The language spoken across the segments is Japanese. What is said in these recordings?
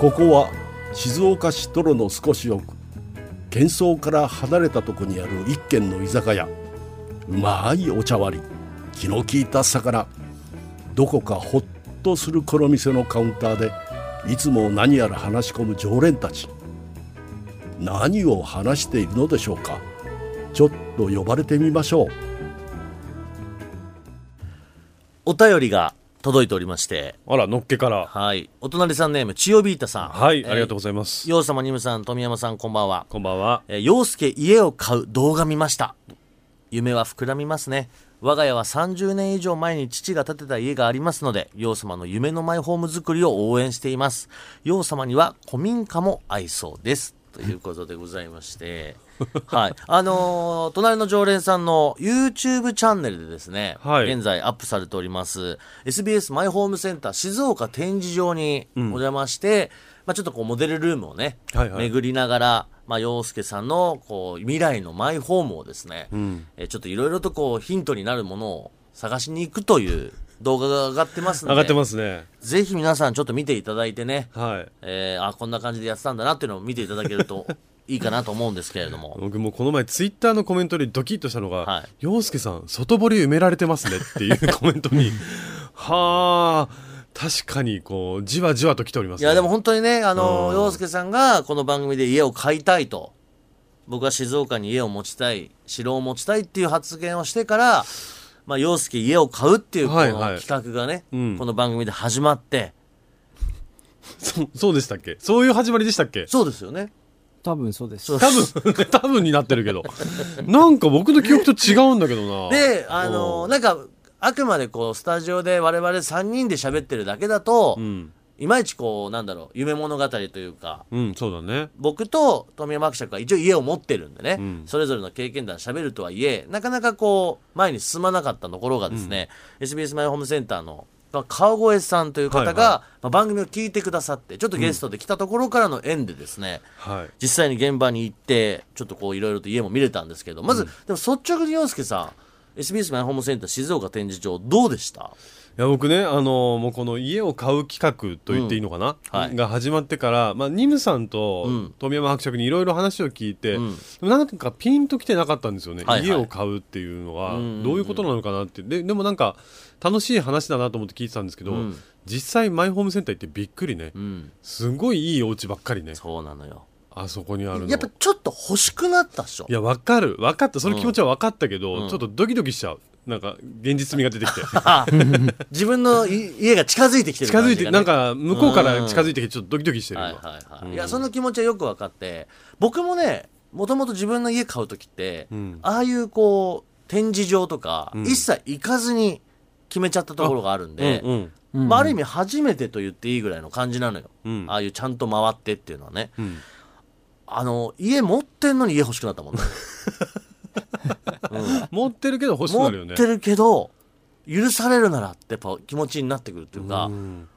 ここは静岡市泥の少し奥喧騒から離れたとこにある一軒の居酒屋うまいお茶割り気の利いた魚どこかほっとするこの店のカウンターでいつも何やら話し込む常連たち何を話しているのでしょうかちょっと呼ばれてみましょうお便りが届いておりまして、あら、のっけから。はい。お隣さんネーム、千代ビータさん。はい、ありがとうございざいま。ます洋様、ニムさん、富山さん、こんばんは。こんばんは。えー、洋介家を買う動画見ました夢は膨らみますね我が家は30年以上前に父が建てた家がありますので洋様の夢のマイホーム作りを応援しています洋様には古民家も合いそうですということでございま して、はい、あのー隣の常連さんの YouTube チャンネルでですね、はい現在アップされております SBS マイホームセンター静岡展示場にお邪魔して、まあ、ちょっとこうモデルルームをね、はいはい巡りながら、まあ、洋介さんのこう未来のマイホームをですね、えーちょっといろいろとこうヒントになるものを探しに行くという動画が上がってますの上でがってますね。ぜひ皆さんちょっと見ていただいてね、はい。えーあこんな感じでやってたんだなっていうのを見ていただけるといいかなと思うんですけれども僕もこの前ツイッターのコメントでドキッとしたのはがい「洋、介さん外堀埋められてますね」っていう コメントにはあ確かにこうじわじわと来ております、いね、やでも本当にねあのうん洋介さんがこの番組で家を買いたいと僕は静岡に家を持ちたい城を持ちたいっていう発言をしてから、まあ、洋介家を買うっていうこのはいはい企画がね、うんこの番組で始まってそそうでしたっけそういう始まりでしたっけそうですよね多分そうです。そう多分 多分になってるけどなんか僕の記憶と違うんだけどなであのなんかあくまでこうスタジオで我々3人で喋ってるだけだと、うんいまいちこうなんだろう夢物語というかうんそうだね僕と富山伯爵は一応家を持ってるんでね、うんそれぞれの経験談喋るとはいえなかなかこう前に進まなかったところがですね、SBS マイホームセンターのまあ川越さんという方が、はいはまあ番組を聞いてくださってちょっとゲストで来たところからの縁でですね、はい実際に現場に行ってちょっとこういろいろと家も見れたんですけどまず、でも率直に洋介さん SBS マイホームセンター静岡展示場どうでしたいや僕ね、あのもうこの家を買う企画と言っていいのかな、うんはいが始まってから、まあ、ニムさんうとん富山伯爵にいろいろ話を聞いて、うんでもなんかピンときてなかったんですよね、はいはい家を買うっていうのはうんうんうんどういうことなのかなってででもなんか楽しい話だなと思って聞いてたんですけど、うん実際マイホームセンター行ってびっくりね、うんすごいいいお家ばっかりねそうなのよあそこにあるのやっぱちょっと欲しくなったっしょいや分かる分かったその気持ちは分かったけうんど、うんちょっとドキドキしちゃうなんか現実味が出て きて。あ 自分のい家が近づいてきてる近感づいじてがね、なんか向こうから近づいてきてちょっとドキドキしてる、はい今はいはい、うんいやその気持ちはよく分かって僕もねもともと自分の家買う時って、うんああいうこう展示場とか、うん一切行かずに決めちゃったところがあるんで、うんうんまあ、ある意味初めてと言っていいぐらいの感じなのよ、うんああいうちゃんと回ってっていうのはねうん、あの家持ってんのに家欲しくなったもんね持ってるけど 欲しく持なるよっねてるけど許されるならってやっぱ気持ちになってくるっていうか、うん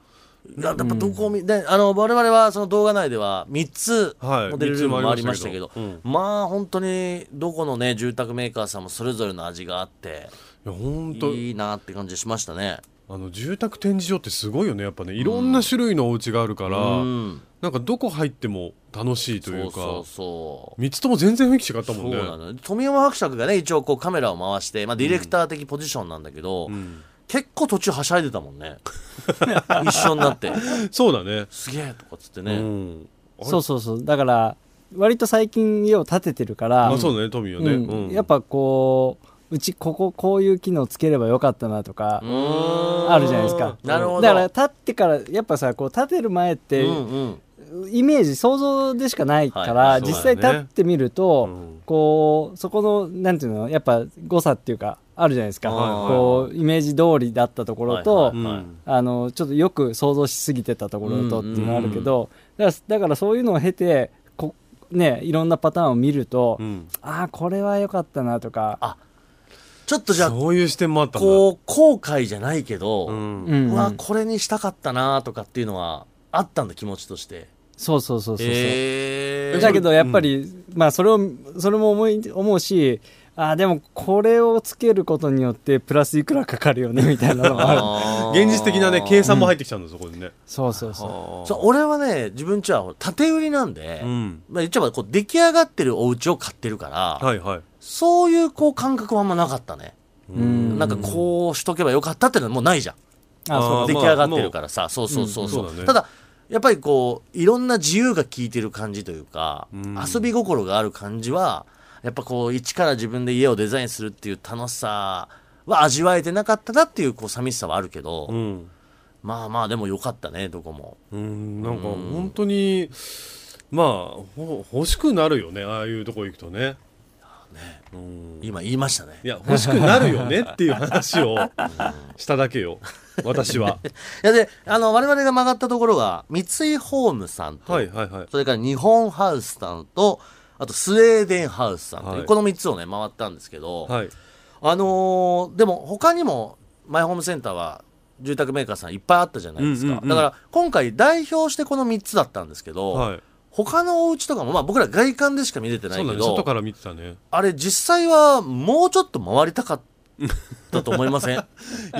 なやっぱどこを見、であの我々はその動画内では3つはいモデルルームもありましたけ三どつ、もありましたけまあ本当にどこのね住宅メーカーさんもそれぞれの味があっていや本当いいなって感じしましたねあの住宅展示場ってすごいよねやっぱねいろんな種類のお家があるから、うんなんかどこ入っても楽しいそといううかそうそう3つとも全然雰囲気違ったもそんうねなのよ富山伯爵がね一応こうカメラを回して、まあ、ディレクター的ポジションなんだけど、うん結構途中はしゃいでたもんね一緒になってそうだねすげえとかっつってね、うんあれそうそうそう。だから、割と最近家を建ててるから、あそうだねトミーはね、うんうんやっぱこう、うちこここういう機能つければよかったなとか、ああるじゃないですか。なるほどだから建ってから、やっぱさ、こう建てる前って、うんうんイメージ、想像でしかないから、はい実際そうだよね建ってみると、うんこう、そこの、なんていうの、やっぱ誤差っていうか、あるじゃないですか。はいこう、イメージ通りだったところと、はいはいうんはいあのちょっとよく想像しすぎてたところとっていうのがあるけど、だからだからそういうのを経てこ、ね、いろんなパターンを見ると、うんああこれは良かったなとかあちょっとじゃあそういう視点もあったんだこう後悔じゃないけど、ううんうんうんわこれにしたかったなとかっていうのはあったんだ気持ちとしてそうそうそうそうそう、へーだけどやっぱり、まあ、それをそれも思い思うしあでもこれをつけることによってプラスいくらかかるよねみたいなのがあるあー現実的なね計算も入ってきちゃうんだそこでねそうそうそうそう俺はね自分ちは縦売りなんで、うんまあ、言っちゃえばこう出来上がってるお家を買ってるから、はいはいそういうこう感覚はあんまなかったね、うんなんかこうしとけばよかったっていうのはもうないじゃんあそうあー出来上がってるからさ、そうそうそうそう,、うんそうだねただやっぱりこういろんな自由が効いてる感じというか、ん遊び心がある感じはやっぱこう一から自分で家をデザインするっていう楽しさは味わえてなかったなっていうこう寂しさはあるけど、うんまあまあでもよかったねどこもうんなんか本当にまあほ欲しくなるよねああいうとこ行くとねうん今言いましたねいや欲しくなるよ ねっていう話をしただけよ 私はいやであの我々が曲がったところが三井ホームさんと、はいはいはいそれから日本ハウスさんとあとスウェーデンハウスさんという、はいこの3つをね回ったんですけど、はいあのーでも他にもマイホームセンターは住宅メーカーさんいっぱいあったじゃないですか、うんうんうんだから今回代表してこの3つだったんですけど、はい他のお家とかも、まあ、僕ら外観でしか見れてなそういだけねど、外から見てたねあれ実際はもうちょっと回りたかったと思いま せんい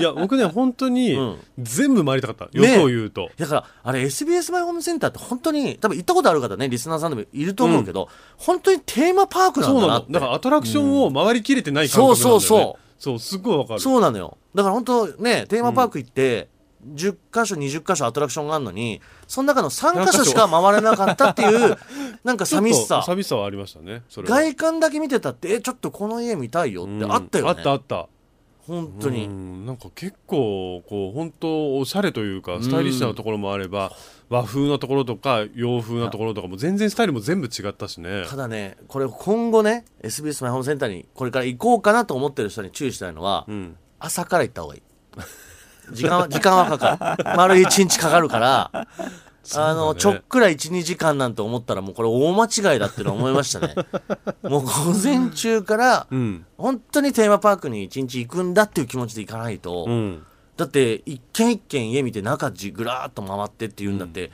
や僕ね本当にうん全部回りたかったね欲を言うとだからあれ SBS マイホームセンターって本当に多分行ったことある方ねリスナーさんでもいると思うけど、本当にテーマパークなんそうだななっのてだからアトラクションを回りきれてない感覚なんだよそねうそうそうそうすっごいわかるそうなのよだから本当ねテーマパーク行って、10箇所20箇所アトラクションがあるのにその中の3箇所しか回れなかったって いうなんかちょっと寂しさ寂しさはありましたねそれは外観だけ見てたってえちょっとこの家見たいよってあったよね、あったあった本当うにんなんか結構こう本当おしゃれというかスタイリッシュなところもあれば和風なところとか洋風なところとかも全然スタイルも全部違ったしねただねこれ今後ね SBS マイホームセンターにこれから行こうかなと思ってる人に注意したいのは、うん朝から行った方がいい時間は 時間はかかる丸一日かかるからあの、ちょっくら1、2時間なんて思ったらもうこれ大間違いだっていうのは思いました ね。もう午前中から、うん本当にテーマパークに1日行くんだっていう気持ちで行かないと、うんだって一軒一軒家見て中じぐらーっと回ってっていうんだって、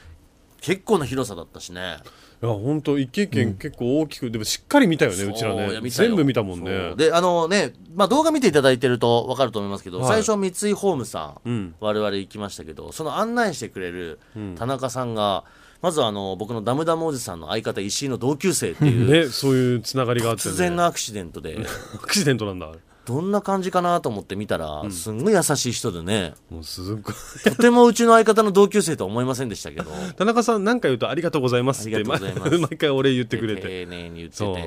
結構な広さだったしね。いや本当一軒一軒結構大きく、でもしっかり見たよねそううちらいやね見たよ全部見たもんそうねで、あのね、まあ動画見ていただいてるとわかると思いますけど、はい最初三井ホームさん、うん我々行きましたけど、その案内してくれる田中さんが、まずあの、僕のダムダムおじさんの相方石井の同級生っていう、ねそういうつながりがあって、突ね、然のアクシデントで、アクシデントなんだあれどんな感じかなと思って見たら、すんごい優しい人でね、もうすっごい とてもうちの相方の同級生とは思いませんでしたけど、田中さん何か言うとありがとうございますっあてりがとうございます 毎毎回お礼言ってくれて丁寧に言ってそうて、ね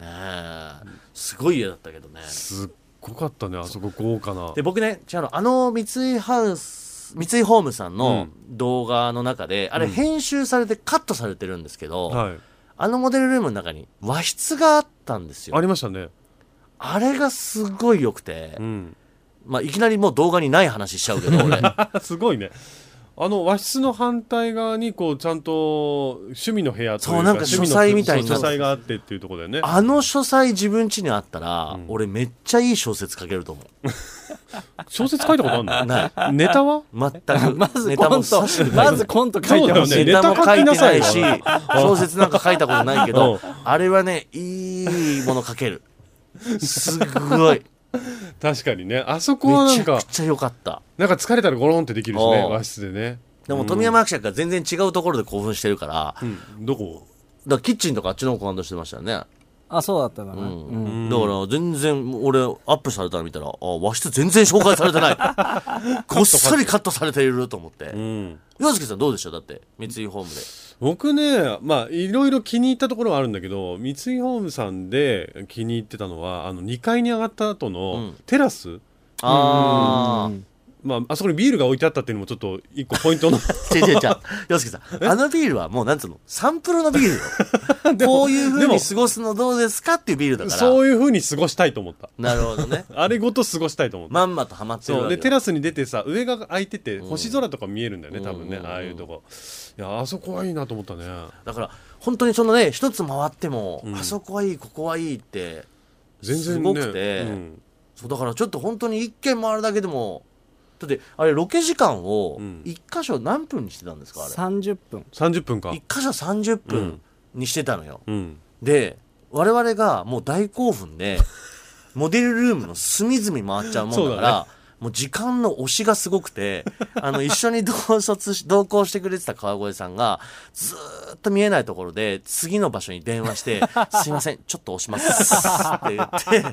えすごい家だったけどね。すっごかったねあそこ豪華なで、僕ね、違うの、あの三井ハウス、三井ホームさんの動画の中で、あれ編集されてカットされてるんですけど、はい、あのモデルルームの中に和室があったんですよ。ああれりましたねがすごい良くて、うんまあいきなりもう動画にない話しちゃうけど、俺。すごいね。あの和室の反対側にこうちゃんと趣味の部屋というかそうなんか趣味の書斎みたいにそう書斎があってっていうところだよね。あの書斎自分家にあったら、俺めっちゃいい小説書けると思う。小説書いたことあるの？なネタは？全く。まずネタコもントさして、まずコント書いて ほしい。そうだよねネタも書いてないしネタ書き、小説なんか書いたことないけうどん、あれはね、いいもの書ける。すっごい。確かにね。あそこはなめんちゃかくちゃ良かった。なんか疲れたらゴロンってできるしねおう和室でね。でも富山伯爵が全然違うところで興奮してるから、だかうんどこ？らキッチンとかあっちの方コマンドしてましたよね。あ、そうだったな。ううんん。だから全然俺アップされたら見たら、あ、和室全然紹介されてない。 こっそりカットされていると思って。うん。洋介さんどうでしただって三井ホームで僕ね、まあいろいろ気に入ったところはあるんだけど、三井ホームさんで気に入ってたのはあの2階に上がった後のテラス。あ あまあ、あそこにビールが置いてあったっていうのもちょっと一個ポイン トの違う違う違う洋介さんあのビールはもうなんつうのサンプルのビールよこういうふう でもに過ごすのどうですかっていうビールだからそういうふうに過ごしたいと思ったなるほどねあれごと過ごしたいと思ったまんまとハマってるそうわけでよテラスに出てさ上が開いてて星空とか見えるんだよね、多分ね、うんうんうんああいうとこいやあそこはいいなと思ったねだから本当にそのね一つ回っても、あそこはいいここはいいって全然ねすごくてうんそうだからちょっと本当に一軒回るだけでもだってあれロケ時間をうん一箇所何分にしてたんですかあれ30分。 30分か一箇所30分にしてたのよ、うん で我々がもう大興奮でモデルルームの隅々回っちゃうもんだから、もう時間の押しがすごくて、あの、一緒に同卒 し、同行してくれてた川越さんが、ずーっと見えないところで、次の場所に電話 して、すいません、ちょっと押します。って言って、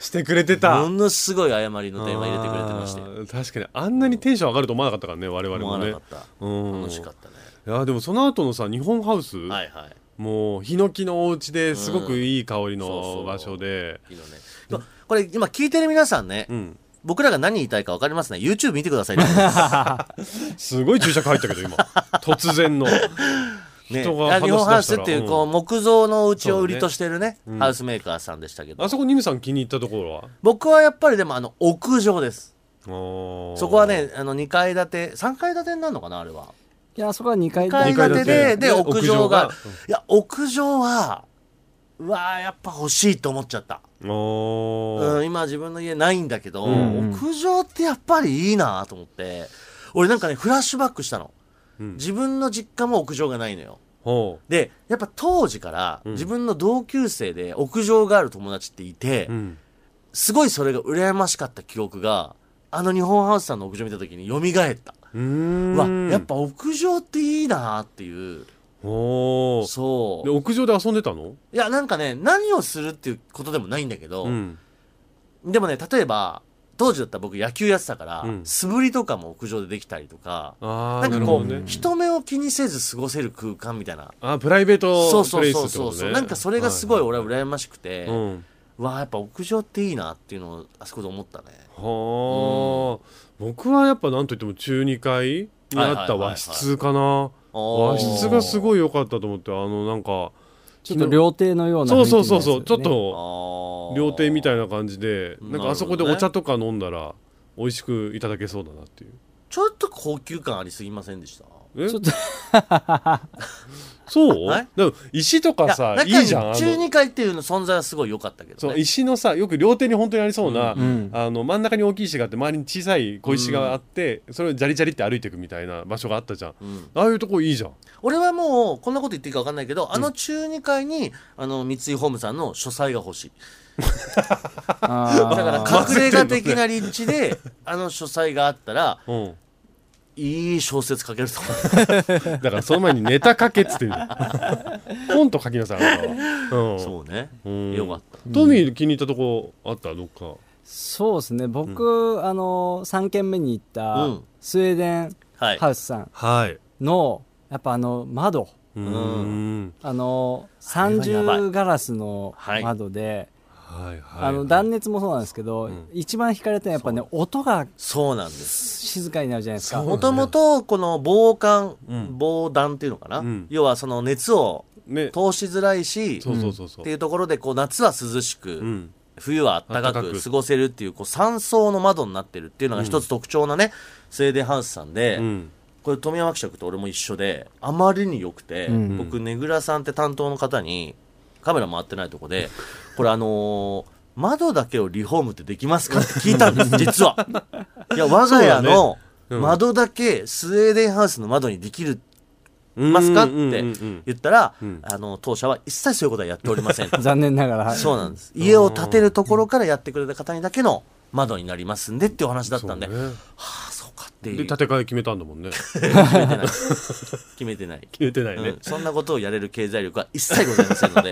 してくれてたものすごい謝りの電話入れてくれてましたよ。あー確かにあんなにテンション上がると思わなかったからね我々思もわねないかった。うん楽しかったね。やでもその後のさ日本ハウス、はいはい。もうヒノキのお家ですごくいい香りうんそうそのう場所で、いいよね。でもこれ今聞いてる皆さんね、うん僕らが何言いたいか分かりますね。YouTube 見てください ね。すごい注釈入ったけど 今突然のね人が話し出したら日本ハウスっていうこうう木造のお家を売りとしてるねハウスメーカーさんでしたけどあそこニムさん気に入ったところは僕はやっぱりでもあの屋上ですそそこはねあの2階建て3階建てになるのかなあれはいやそこは2階2階で建てで二階建でてで屋上が屋上いや屋上はうわーやっぱ欲しいと思っちゃった、うん、今自分の家ないんだけど、うん屋上ってやっぱりいいなと思って俺なんかねフラッシュバックしたの、うん自分の実家も屋上がないのよでやっぱ当時から自分の同級生で屋上がある友達っていて、うんすごいそれが羨ましかった記憶があの日本ハウスさんの屋上見た時に蘇った、ううんわやっぱ屋上っていいなっていうおーそでう屋上で遊んでたのいやなんかね何をするっていうことでもないんだけど、うんでもね例えば当時だったら僕野球やってたから、うん素振りとかも屋上でできたりとかあなあんなかるこほう、どね人目を気にせず過ごせる空間みたいなあープライベーそトうそプレうイそうスってそこうとそう、ねなんかそれがすごい俺は羨ましくて、うんわあやっぱ屋上っていいなっていうのをあそこで思ったねはあ、僕はやっぱなんといっても中2階にあった和室かな和和室がすいごい良かったと思ってあのなんかちょっと料亭のような雰そ囲う気のそやうそうそつうちょっだよねと料亭みたいな感じでなんかあそこでお茶とか飲んだら美味しくいただけそうだなっていうちょっと高級感ありすぎませんでしたえちょっと そうはいでも石とかさい中いじゃんあ中の二階っていうの存在はすごい良かったけそど、うね、石のさよく料亭に本当にありそうな、んあの真ん中に大きい石があって周りに小さい小石があって、それをジャリジャリって歩いていくみたいな場所があったじゃんうん、ああいうとこいいじゃん俺はもうこんなこと言っていいか分かんないけど、あの中二階にあの三井ホームさんの書斎が欲しいあーだから隠れ家的な立地で あの書斎があったらうんいい小説書けると思うだからその前にネタ書けっつってるじゃん本と書きなさいあなたはうんそうね、うんよかったトミー気に入ったとこあったどっかそうですね僕、あの3軒目に行った、うんスウェーデンはいハウスさんはいのやっぱあの窓うーんあのれはやばい30ガラスのはい窓で、はいはいあの断熱もそうなんですけど、一番惹かれたのはやっぱね音がそうなんです静かになるじゃないですかそうもともとこの防寒、うん防弾っていうのかな、うん要はその熱をね通しづらいしそうそうそうそっうていうところでこう夏は涼しく、うん冬は暖か暖かくく過ごせるっていうこう三層の窓になってるっていうのが一つ特徴なね、スウェーデンハウスさんで、うんこれ富山記者と俺も一緒であまりに良くて、うん僕ねぐらさんって担当の方にカメラ回ってないとこで これあのー窓だけをリフォームってできますかって聞いたんです実 はいや我が家のうん窓だけスウェーデンハウスの窓にできるますかっうんうんうてんうん言ったら、んあの当社は一切そういうことはやっておりませ ん残念ながらはいそうなんです家を建てるところからやってくれた方にだけの窓になりますんでっていうお話だったんで、そうはねあそうかっていうで建て替え決めたんだもんね 決めてない決めてない決めてないねうん、そんなことをやれる経済力は一切ございませんので、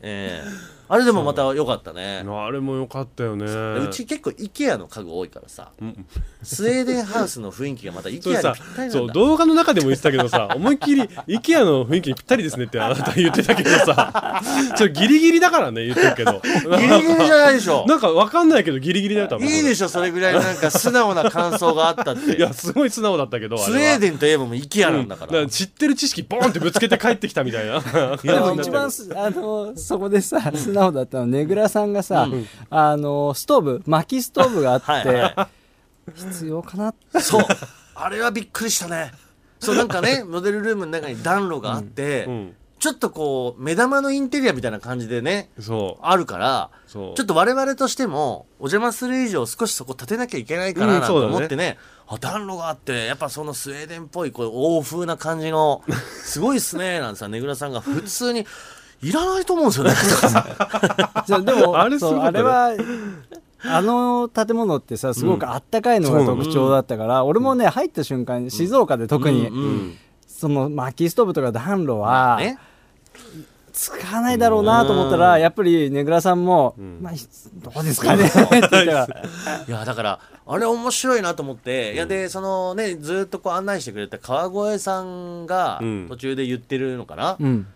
ええあれでもまた良かったねあれも良かったよねうち結構 IKEA の家具多いからさ、んスウェーデンハウスの雰囲気がまた IKEA にそれさぴったりなそんうだ動画の中でも言ってたけど さ思いっきり IKEA の雰囲気にぴったりですねってあなた言ってたけど さちょっとギリギリだからね言ってるけどギリギリじゃないでしょなんかわかんないけどギリギリだよ多分いいでしょそれぐらいのなんか素直な感想があったっていやすごい素直だったけどスウェーデンンといえばもう IKEA なんだから,、知ってる知識ボーンってぶつけて帰ってきた みたい ないやでも一番すあのそこでさ素直だったのねぐらさんがさ、あのストーブ薪ストーブがあってはいは必要かなっていそうあれはびっくりしたねそうなんかねモデルルームの中に暖炉があって、うんちょっとこう目玉のインテリアみたいな感じでねそうあるからちょそっうと我々としてもお邪魔する以上少しそこ立てなきゃいけないかうなんなんてそうだね思ってね,、あ暖炉があってやっぱそのスウェー デンっぽいこう欧風な感じのすごいっすねなんてさねぐらさんが普通にいらないと思うん ですよね。じゃあでもあれすごそうかあったねれはあの建物ってさすごくあったかいのが特徴だったから、俺もね入った瞬間に静岡で特に、うんうんその薪ストーブとか暖炉はね、使わないだろうなと思ったら、やっぱりねぐらさんも、まあいつどうですかねって言ったらいやだからあれ面白いなと思って、いやでそのねずっとこう案内してくれた川越さんがうん途中で言ってるのかな、うん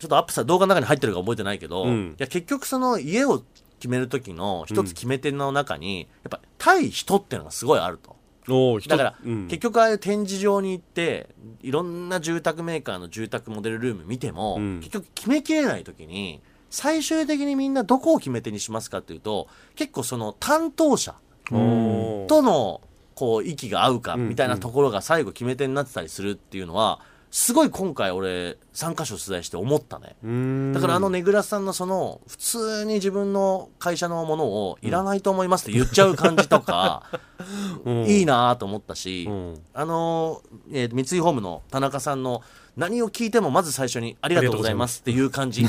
ちょっとアップさ動画の中に入ってるか覚えてないけど、うんいや結局その家を決める時の一つ決め手の中に、やっぱ対人っていうのがすごいあると。おー人だから、うん結局ああいう展示場に行っていろんな住宅メーカーの住宅モデルルーム見ても、うん結局決めきれない時に最終的にみんなどこを決め手にしますかっていうと結構その担当者おーとのこう息が合うかみたいなところが最後決め手になってたりするっていうのはすごい今回俺3カ所取材して思ったね。うーんだからあのねぐらさんのその普通に自分の会社のものをいらないと思いますって言っちゃう感じとか、 うんいいなと思ったし、うんあのーえー三井ホームの田中さんの何を聞いてもまず最初にありがとうございますっていう 感じ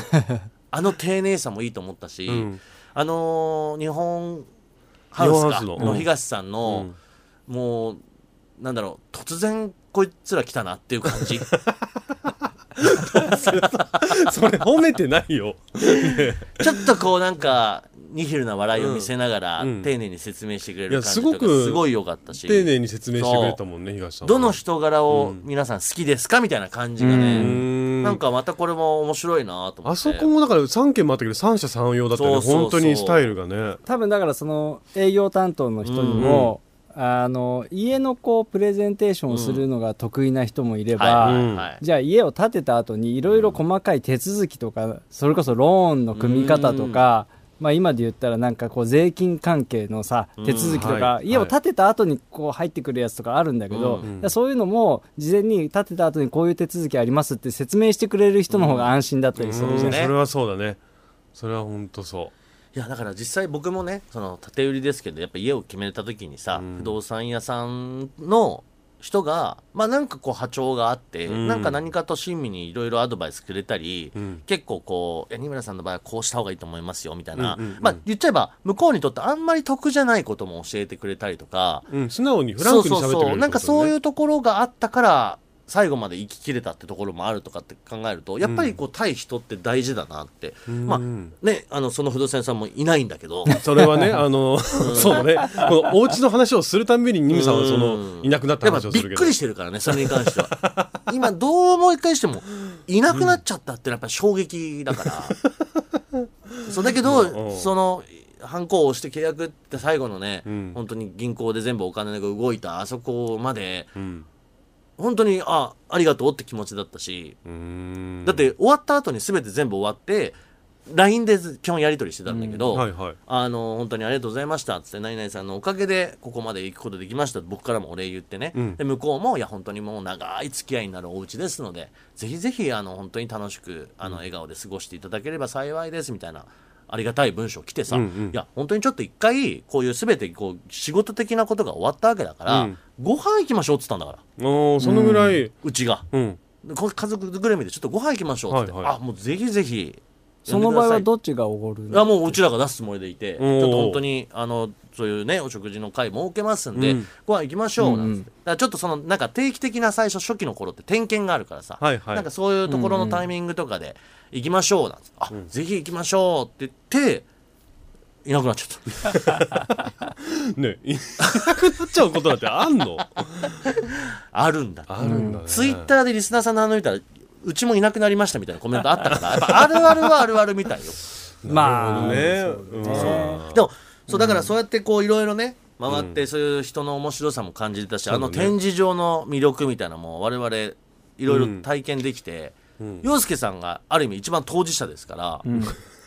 あの丁寧さもいいと思ったし、うんあのー日本ハウス日本かハウスのの,、うん東さんの、もうなんだろう突然こいつら来たなっていう感じち それ褒めてないよょっとこうなんかニヒルな笑いを見せながら、うんうん丁寧に説明してくれる感じいとやすかごくすごい良かったし丁寧に説明してくれたもんね東さんはどの人柄を皆さん好きですかみたいな感じがね、うーんなんかまたこれも面白いなと思って。あそこもだから3件もあったけど三者三様だったよねそうそうそう本当にスタイルがね多分だからその営業担当の人にも、あの家のこうプレゼンテーションをするのが得意な人もいれば、はい、うんはい。じゃあ家を建てた後にいろいろ細かい手続きとかそれこそローンの組み方とか、まあ、今で言ったらなんかこう税金関係のさ手続きとうんか、はい家を建てた後にこう入ってくるやつとかあるんだけど、うんだからそういうのも事前に建てた後にこういう手続きありますって説明してくれる人の方が安心だったりするじゃうんんそれはそうだねそれは本当そいや、だから実際僕もね、その、建売りですけど、やっぱ家を決めた時にさ、うん不動産屋さんの人が、まあなんかこう波長があって、うんなんか何かと親身にいろいろアドバイスくれたり、ううん結構こう、いや、二村さんの場合はこうした方がいいと思いますよ、みたいな。うんうんうんまあ言っちゃえば、向こうにとってあんまり得じゃないことも教えてくれたりとか、うん素直にフランクに喋ってくれるそうそうそうなんかそういううところがあったから最後まで生ききれたってところもあるとかって考えるとやっぱりこう対人って大事だなって、ままあねあのその不動産屋さんもいないんだけどそれ はね、あの、そうね、このお家の話をするたんびに、ニムさん はその、いなくなったやっ話ぱをびっするけど。くりしてるからねそれに関しては 今どう思い返してもいなくなっちゃったってのはやっぱ衝撃だ からそうだけうんうどんその反抗を押して契約って最後のね、うん本当に銀行で全部お金が動いたあそこまでうん本当にあありがとうって気持ちだったしうーんだっ、て終わった後に全て全部終わって LINE でず基本やり取りしてたんだけど、はいはい。あの本当にありがとうございましたっつって何々さんのおかげでここまで行くことできましたって僕からもお礼言ってね、うんで向こうもいや本当にもう長い付き合いになるお家ですのでぜひぜひあの本当に楽しくあの笑顔で過ごしていただければ幸いですみたいな。ありがたい文章来てさ、うんうんいや本当にちょっと一回こういう全てこう仕事的なことが終わったわけだから、うんご飯行きましょうっつったんだからおーそのぐらい、うちがうん。でこ家族ぐるみでちょっとご飯行きましょうっつって、はいはいあもうぜひぜひその場合はどどっちがおごるいやのもううちらが出すつもりでいてちおょーっと本当にあのそういうねお食事の会設けますんで、うんご飯行きましょうなんつって、うんうんだからちょっとそのなんか定期的な最初初期の頃って点検があるからさ、はいはいなんかそういうところのタイミングとかで行きましょうなんつって、あぜひ行きましょうって言っていなくなっちゃった ね、いなくなっちゃうことだってあんのあるんだってあるんだね。ツイッターでリスナーさんのあの見たらうちもいなくなりましたみたいなコメントあったからやっぱあるあるはあるあるみたいよまあ、ね、でもそうだからそうやってこういろいろね回ってそういう人の面白さも感じてたし、あのそうだね展示場の魅力みたいなのも我々いろいろ体験できて、洋介さんがある意味一番当事者ですから、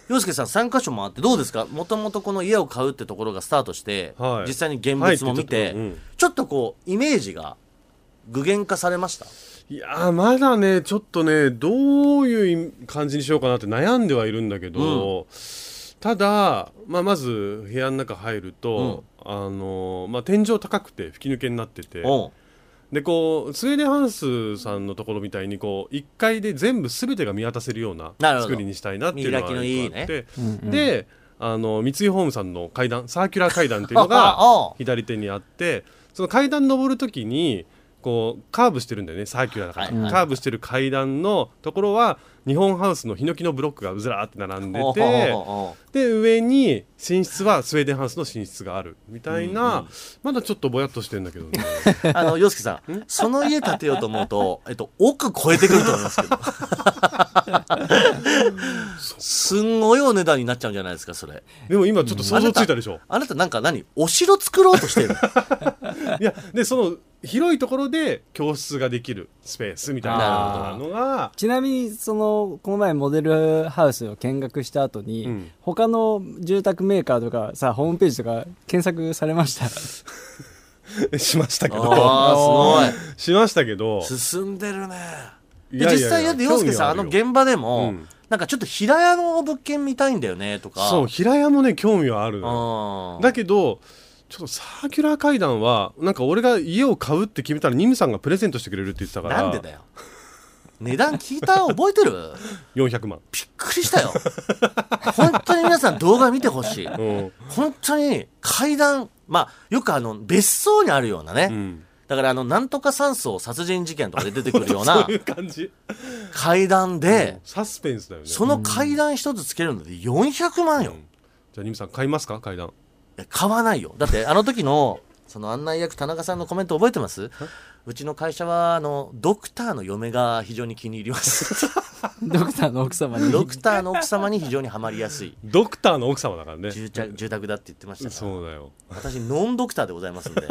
洋介さん3カ所回ってどうですかもともとこの家を買うってところがスタートして、はい実際に現物も見て、入ってちょっとうんちょっとこうイメージが具現化されましたいやーまだねちょっとねどういう感じにしようかなって悩んではいるんだけど、ただ、まあ、まず部屋の中入ると、あのーまあ、天井高くて吹き抜けになっててうんでこうスウェーデンハウスさんのところみたいにこう1階で全部全てが見渡せるようななるほど作りにしたいなっていうのが見開きのいいねあってうんうんであの三井ホームさんの階段サーキュラー階段っていうのがああ左手にあってその階段登るときにこうカーブしてるんだよねサーキュラーだから、はいはいカーブしてる階段のところは日本ハウスのヒノキのブロックがうずらーって並んでおうておうおうおうで上に寝室はスウェーデンハウスの寝室があるみたいな、まだちょっとぼやっとしてるんだけどねあの、洋介さん、その家建てようと思うと、えっと、奥超えてくると思いますけ ど。すんごいお値段になっちゃうんじゃないですか、それ。でも今ちょっと想像ついたでしょあなたなんか何お城作ろうとして るいやでその広いところで教室ができるスペースみたいなのがちなみにそのこの前モデルハウスを見学した後に、うん他の住宅メーカーとかさホームページとか検索されました しましたけどああ、す しましたけどごい。進んでるね。いで、やいやい実際だって洋介さん、あ興味はのるよ現場でうもん、なんかちょっと平屋の物件見たいんだよね、とか。そう平屋もね興味はあるのよあだけどちょっとサーキュラー階段はなんか俺が家を買うって決めたらニムさんがプレゼントしてくれるって言ってたからなんでだよ。値段聞いた覚え てる400万、 びっくりしたよ。本当に皆さん動画見てほしい。うん本当に階段、まあ、よくあの、別荘にあるようなね。うん、だからあの、なんとか山荘殺人事件とかで出てくるような そういう感じ階段で、サスペンスだよねその階段一つつけるので400万よ。いじゃあニムさん買いますか階段や買わないよ。だってあの時の、その案内役田中さんのコメント覚えてますうちの会社は、あの、ドクターの嫁が非常に気に入ります。 ドクターの奥様にドクターの奥様に非常にはまりやすいドクターの奥様だからね住宅住宅だって言ってましたからそうだよ私ノンドクターでございます んで、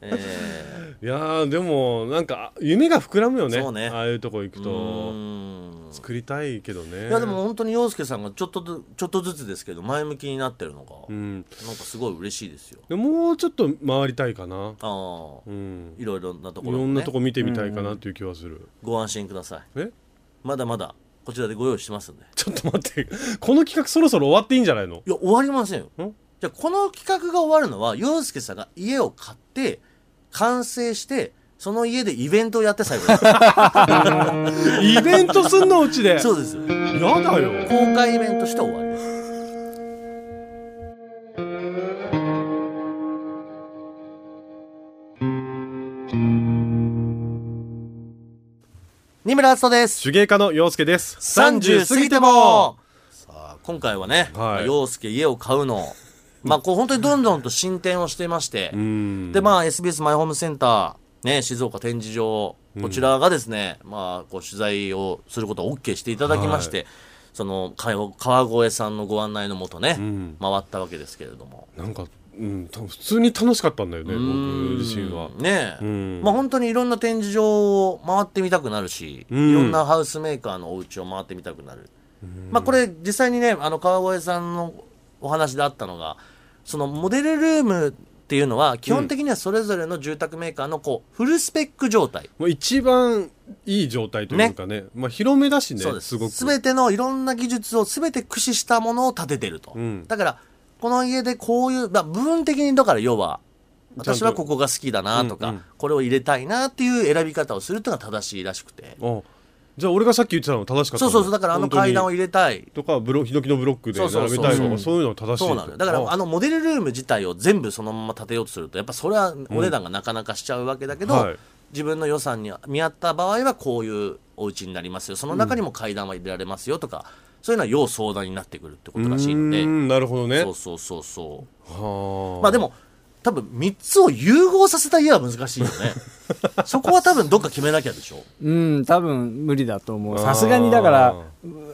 えいやーでもなんか夢が膨らむよねそうねああいうとこ行くー、うとーん作りたいけどねいやでも本当に洋介さんがちょっとずちょっとずつですけど前向きになってるのが、うんなんかすごい嬉しいですよでもうちょっと回りたいかなああうんいろいろなといころ、ね、ろんなとこ見てみたいかなっていう気はするご安心くださいえ まだまだこちらでご用意してますんでちょっと待ってこの企画そろそろ終わっていいんじゃないのいや終わりませんよんじゃあこの企画が終わるのは洋介さんが家を買って完成してその家でイベントをやって最後ですイベントすんのうち でそうですよやだよ公開イベントして終わりです二村敦人です手芸家の洋介ですさあ今回はね、はい陽介家を買うのまあこう本当にどんどんと進展をしていまして、うんでまあ SBS マイホームセンター、ね、静岡展示場こちらがですね、まあこう取材をすることを OK していただきまして、その川川越さんのご案内のもとね、ん回ったわけですけれどもなんかうん多分普通に楽しかったんだよねうん僕自身はねえ、うんまあ本当にいろんな展示場を回ってみたくなるし、うんいろんなハウスメーカーのお家を回ってみたくなる、まあこれ実際にねあの川越さんのお話であったのがそのモデルルームっていうのは基本的にはそれぞれの住宅メーカーのこうフルスペック状態、もう一番いい状態というかねまあ広めだしねそうですすごく全てのいろんな技術を全て駆使したものを建ててると、うんだからこの家でこういう、まあ、部分的にだから要はちゃんと私はここが好きだなとかうんうんこれを入れたいなっていう選び方をするっていうのが正しいらしくてあじゃあ俺がさっき言ってたの正しかっそたうのそうそうだからあの階段を入れたいとかブロヒノキのブロックでそうそう並そうべたいとうかんそういうのが正しいそうなのよだからあののモデルルーム自体を全部そのまま建てようとするとやっぱそれはお値段がなかなかしちゃうわけだけど、はい自分の予算に見合った場合はこういうお家になりますよその中にも階段は入れられますよとか、そういうのは要相談になってくるってことらしいんで。なるほどねそうそうそうそうはあまあでも多分3つを融合させた家は難しいよねそこは多分どっか決めなきゃでしょうん多分無理だと思うさすがにだから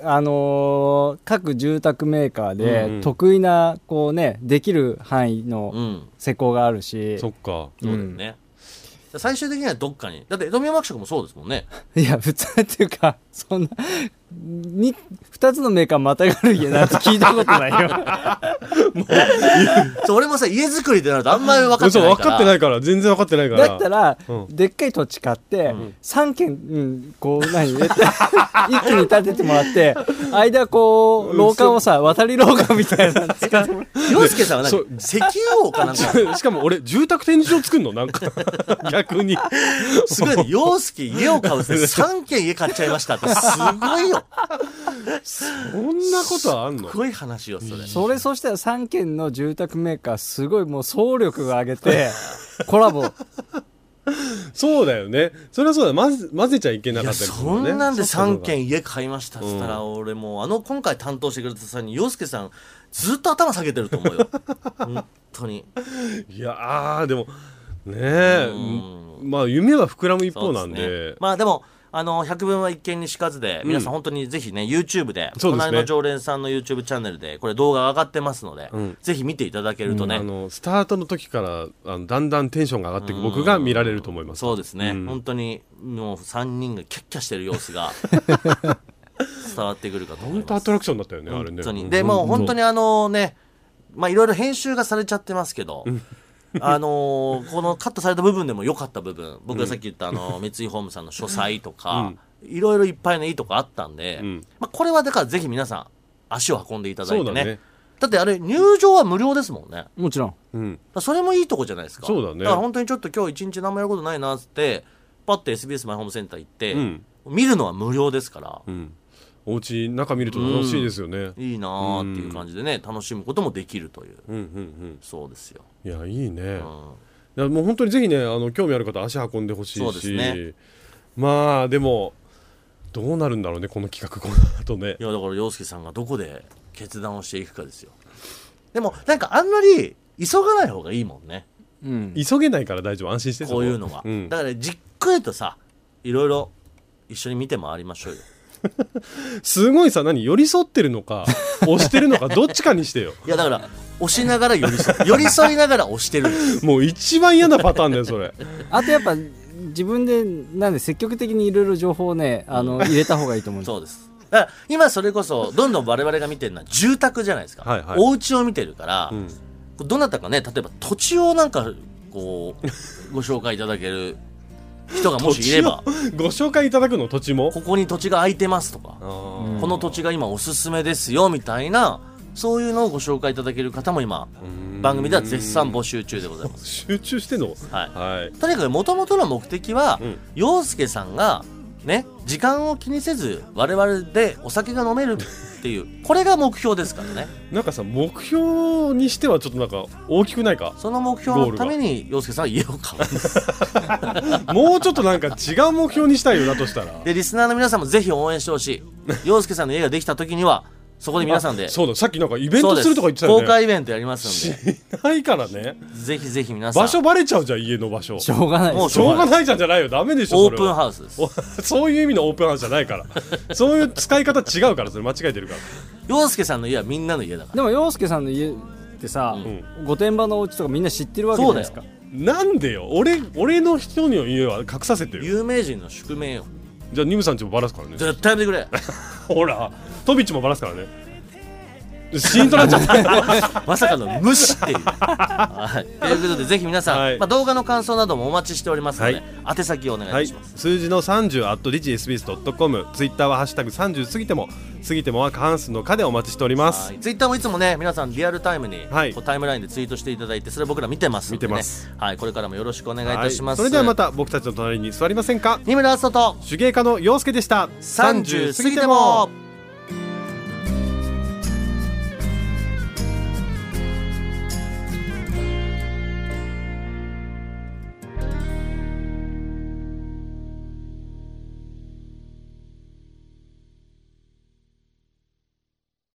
あのー各住宅メーカーうんうんで得意なこうねできる範囲うのん施工があるし、そっかそうだよね、最終的にはどっかにだって富山伯爵もそうですもんね いや普通っていうかそんなに2つのメーカーまたがる家なんて聞いたことないよそう俺もさ家作りってなるとあんまり分かってそうない分からかってないから全然分かってないからだったら、うんでっかい土地買って、三3軒、うん、こう何 一気に建ててもらって間こう廊下をさ渡り廊下みたいなの作ってもらって洋介さんは何そう石油王か なんかしかも俺住宅展示場作んのなん か逆にすごいね洋介家を買うって3軒家買っちゃいましたってすごいよこんなことあんのすごい話よそれ それそしたら3軒の住宅メーカーすごいもう総力が上げてコラボそうだよねそれはそうだ混ぜ混ぜちゃいけないかやったりするそよねんなんでそう3軒家買いましたっつったら俺もうあの今回担当してくれたさんに洋介さんずっと頭下げてると思う よ本当にいやーでもねえまあ夢は膨らむ一方なそんうすでねまあでもあの百聞は一見にしかずで、皆さん本当にぜひね YouTube でそうですね隣の常連さんの YouTube チャンネルでこれ動画上がってますので、ぜひ見ていただけるとね、あのスタートの時からあのだんだんテンションが上がっていく僕が見られると思いますそうですね、本当にもう3人がキャッキャしてる様子 が伝わってくるかと思い本当まアすトラクションだったよねあれ本ね当にでもう本当ににあのねまあいろいろ編集がされちゃってますけ どあのーこのカットされた部分でも良かった部分僕がさっき言ったあの三井ホームさんの書斎とか、いろいろいっぱいのいいとこあったんで、んまあ、これはだからぜひ皆さん足を運んでいただいてそうねだだねってあれ入場は無料ですもんねだかもちろんうんらそれもいいとこじゃないですかそうだねから本当にちょっと今日一日何もやることないなっつってパッて SBS マイホームセンター行って、うん見るのは無料ですから、うんお家中見ると楽しいですよねいいなーっていう感じでね楽しむこともできるといううんうんそうですよ、うんいやいいうんね、いやもう本当にぜひねあの興味ある方足運んでほしそういでしすねまあでもどうなるんだろうねこの企画この後ねいやだから洋介さんがどこで決断をしていくかですよでもなんかあんまり急がない方がいいもんねうん急げないから大丈夫安心してこういうのが、んだからじっくりとさいろいろ一緒に見て回りましょうよすごいさ何寄り添ってる のか押してるのかどっちかにしてよいやだから押しながら寄り添う 寄り添いながら押してるんですもう一番嫌なパターンだよそれあとやっぱ自分でなんで積極的にいろいろ情報をねあの入れた方がいいと思うんですそうですだから今それこそどんどん我々が見てるのは住宅じゃないですか、はいはいお家を見てるから、んどなたかね例えば土地をなんかこうご紹介いただける人がもしいれば土地をご紹介いただくの土地もここに土地が空いてますとかあこの土地が今おすすめですよみたいなそういうのをご紹介いただける方も今番組では絶賛募集中でございまーす集中してんのはいはいとにかく元々の目的は、うん陽介さんがね時間を気にせず我々でお酒が飲めるって いうこれが目標ですからねなんかさ目標にしてはちょっとなんか大きくないかその目標のために陽介さんは家を買うんですもうちょっとなんか違う目標にしたいよだとしたらでリスナーの皆さんもぜひ応援してほしい陽介さんの家ができた時にはそこで皆さんであそうださっきなんかイベントするとか言ってたそうよです公ね開イベントやりますのでしないからねぜひぜひ皆さん場所バレちゃうじゃん家の場所しょうがないでもうすしょうがないじゃんじゃないよダメでしょオそーれプンはハウスですお そういう意味のオープンハウスじゃないからそういう使い方違うからそれ間違えてるから洋介さんの家はみんなの家だかでも洋介さんの家ってさ、御殿場のお家とかみんな知ってるわけじゃないですかそなんでよ俺俺の人の家は隠させてらるよ有名人の宿命よじゃあニムさんちもバラすからね絶対やめて くれほらトビッチもバラすからねシーンとなっちゃっ たまさかの無視っていう、はい、ということでぜひ皆さん、はいまあ、動画の感想などもお待ちしておりますので、はい宛先をお願いします、数字の30 at richsbs.com ツイッターはハッシュタグ30過ぎても過ぎてもは過半数の課でお待ちしておりはまい、ツイッターもいつもね皆さんリアルタイムに、はいこうタイムラインでツイートしていただいてそれ僕ら見てますんで、ね、見てますはい、これからもよろしくお願いいたします、それではまた僕たちの隣に座りませんか二村敦人と手芸家の陽介でした30過ぎても